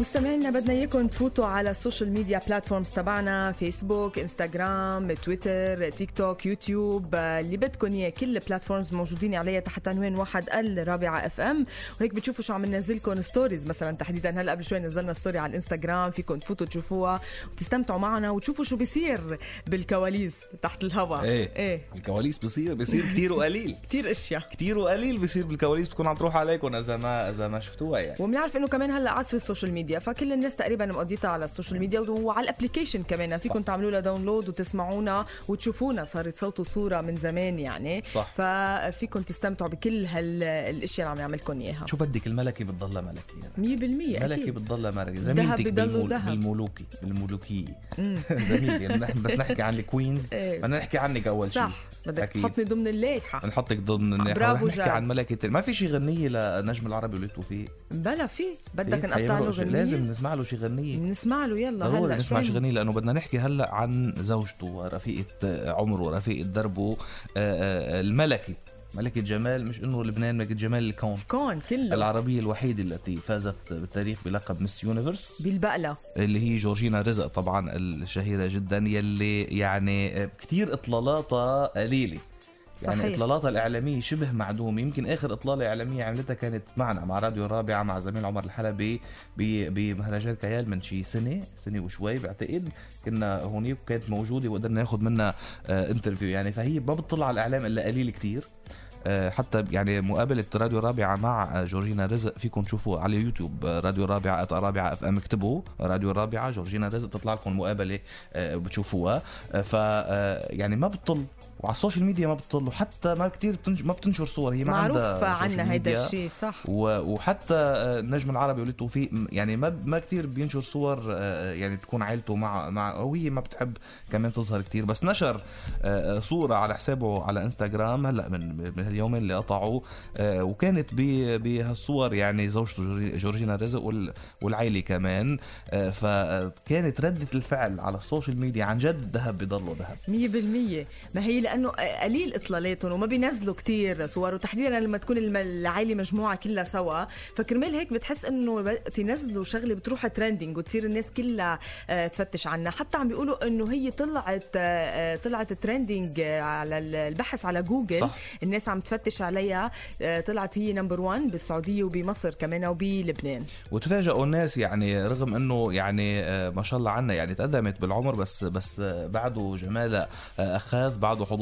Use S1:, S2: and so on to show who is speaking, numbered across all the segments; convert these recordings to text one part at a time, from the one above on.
S1: مستمعينا بدنا اياكم تفوتوا على السوشيال ميديا بلاتفورمز تبعنا فيسبوك انستغرام تويتر تيك توك يوتيوب آه، اللي بدكم اياه كل البلاتفورمز موجودين عليها تحت عنوان واحد الرابعه اف ام وهيك بتشوفوا شو عم ننزلكم ستوريز مثلا تحديدا هلا قبل شوي نزلنا ستوري على الانستغرام فيكم تفوتوا تشوفوها وتستمتعوا معنا وتشوفوا شو بيصير بالكواليس تحت الهواء
S2: ايه
S1: ايه
S2: الكواليس بصير بصير كتير وقليل
S1: كثير اشياء
S2: كتير وقليل بصير بالكواليس بتكون عم تروح عليكم اذا ما اذا ما شفتوها يعني
S1: وبنعرف انه كمان هلا عصر السوشيال ميديا فكل الناس تقريبا مقضيتها على السوشيال ميديا وعلى الابلكيشن كمان فيكم تعملوا لها داونلود وتسمعونا وتشوفونا صارت صوت وصوره من زمان يعني
S2: صح.
S1: ففيكم تستمتعوا بكل هالاشياء اللي عم نعملكم اياها 100%
S2: شو بدك الملكي بتضلها ملكي يعني.
S1: إيه،
S2: ملكي
S1: اكيد
S2: بتضلها ملكي
S1: دهب
S2: زميلتك
S1: بضلوا
S2: بالمول
S1: دهب.
S2: بالملوكي بالملوكيه زميلتي يعني نحن بس نحكي عن الكوينز
S1: إيه.
S2: بدنا نحكي عنك اول شيء
S1: صح بدك تحطني ضمن اللائحه
S2: نحطك ضمن الناحية.
S1: برافو
S2: رح نحكي
S1: جاد.
S2: عن ملكة ال- ما في شي غنية لنجم العربي وليد توفيق
S1: بلا في بدك
S2: إيه؟
S1: نقطع له
S2: حيمرق شي- لازم
S1: غنية؟
S2: نسمع له شي غنية
S1: نسمع له يلا
S2: ضروري
S1: هلا
S2: نسمع
S1: شوي.
S2: شي غنية لأنه بدنا نحكي هلا عن زوجته ورفيقة آه، عمره رفيقة دربه آه، آه، الملكة ملكة جمال مش انه لبنان ملكة جمال الكون
S1: كون كله
S2: العربية الوحيدة التي فازت بالتاريخ بلقب مس يونيفرس
S1: بالبقله
S2: اللي هي جورجينا رزق طبعا الشهيرة جدا يلي يعني كتير اطلالاتها قليلة يعني
S1: صحيح.
S2: اطلالاتها الاعلاميه شبه معدومه يمكن اخر اطلاله اعلاميه عملتها كانت معنا مع راديو الرابعه مع زميل عمر الحلبي ب- بمهرجان كيال من شي سنه سنه وشوي بعتقد كنا هونيك وكانت موجوده وقدرنا ناخذ منها آه، انترفيو يعني فهي ما بتطلع على الاعلام الا قليل كتير آه، حتى يعني مقابلة راديو الرابعة مع آه، جورجينا رزق فيكم تشوفوا على يوتيوب آه، راديو الرابعة أت رابعة اف ام اكتبوا راديو الرابعة جورجينا رزق بتطلع لكم مقابلة آه، بتشوفوها آه، ف آه، يعني ما بتطل وعلى السوشيال ميديا ما بتطل وحتى ما كتير بتنش... ما بتنشر صور هي ما
S1: معروف
S2: عندها سوشيال
S1: عنا
S2: ميديا.
S1: هيدا الشيء صح
S2: و... وحتى آه، النجم العربي وليد توفيق م- يعني ما ما كثير بينشر صور آه، يعني تكون عائلته مع مع او هي ما بتحب كمان تظهر كثير بس نشر آه، آه، صوره على حسابه على انستغرام هلا من من اليومين اللي قطعوا آه، وكانت ب- بهالصور يعني زوجته جوري- جورجينا رزق وال... والعيله كمان آه، فكانت رده الفعل على السوشيال ميديا عن جد ذهب بضله ذهب
S1: مية بالمية ما هي لأنه قليل إطلالاتهم وما بينزلوا كتير صور وتحديدا لما تكون الم- العائلة مجموعة كلها سوا فكرمال هيك بتحس إنه وقت ينزلوا شغلة بتروح ترندنج وتصير الناس كلها آه، تفتش عنها حتى عم بيقولوا إنه هي طلعت آه، آه، طلعت ترندنج على ال- البحث على جوجل
S2: صح.
S1: الناس عم تفتش عليها آه، طلعت هي نمبر 1 بالسعودية وبمصر كمان وبلبنان
S2: وتفاجئوا الناس يعني رغم انه يعني آه، ما شاء الله عنا يعني تقدمت بالعمر بس بس آه، بعده جمالها آه، اخاذ بعده حضورها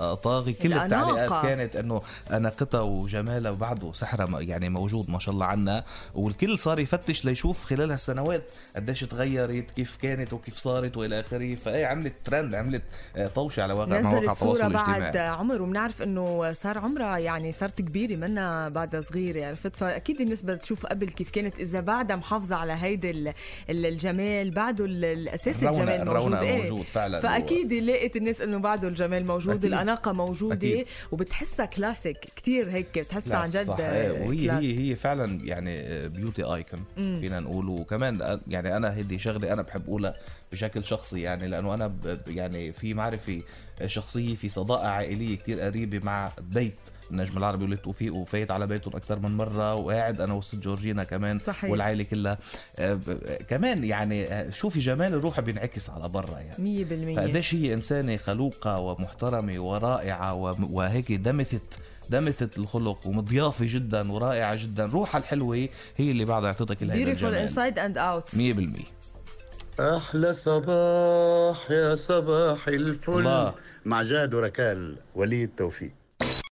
S2: آه، طاغي كل
S1: الأناقة.
S2: التعليقات كانت انه اناقتها وجمالها وبعده سحرها م- يعني موجود ما شاء الله عنا والكل صار يفتش ليشوف خلال هالسنوات قديش تغيرت كيف كانت وكيف صارت والى اخره فاي عملت ترند عملت آه، طوشه على واقع مواقع
S1: نزلت
S2: التواصل
S1: صورة بعد
S2: الاجتماعي
S1: عمر وبنعرف انه صار عمرها يعني صارت كبيرة منا بعدها صغيرة عرفت فاكيد الناس بدها تشوف قبل كيف كانت اذا بعدها محافظة على هيدا ال- ال- الجمال بعده ال- الاساس
S2: الرونق-
S1: الجمال موجود,
S2: الرونق
S1: إيه.
S2: موجود فعلاً.
S1: فاكيد لقيت الناس انه بعده الجمال موجود
S2: أكيد.
S1: الاناقة موجودة
S2: أكيد.
S1: وبتحسها كلاسيك كتير هيك بتحسها
S2: لا،
S1: عن جد آه،
S2: صح، إيه، وهي
S1: كلاس.
S2: هي هي فعلا يعني بيوتي ايكون فينا نقول وكمان يعني انا هدي شغله انا بحب اقولها بشكل شخصي يعني لانه انا ب- ب- يعني في معرفه شخصيه في صداقه عائليه كتير قريبه مع بيت النجم العربي وليد توفيق وفايت على بيتهم اكثر من مره وقاعد انا وسط جورجينا كمان
S1: صحيح.
S2: والعائله كلها آه، ب- آه، كمان يعني آه، شوفي جمال الروح بينعكس على برا يعني
S1: مية بالمية
S2: فقديش هي انسانه خلوقه ومحترمه ورائعه وم- وهيك دمثت دمثت الخلق ومضيافه جدا ورائعه جدا روحها الحلوه هي اللي بعدها اعطتها كل هيدا
S1: beautiful
S2: الجمال
S1: inside and out
S2: 100%
S3: أحلى صباح يا صباح الفل
S2: الله.
S3: مع جاد وركال وليد توفيق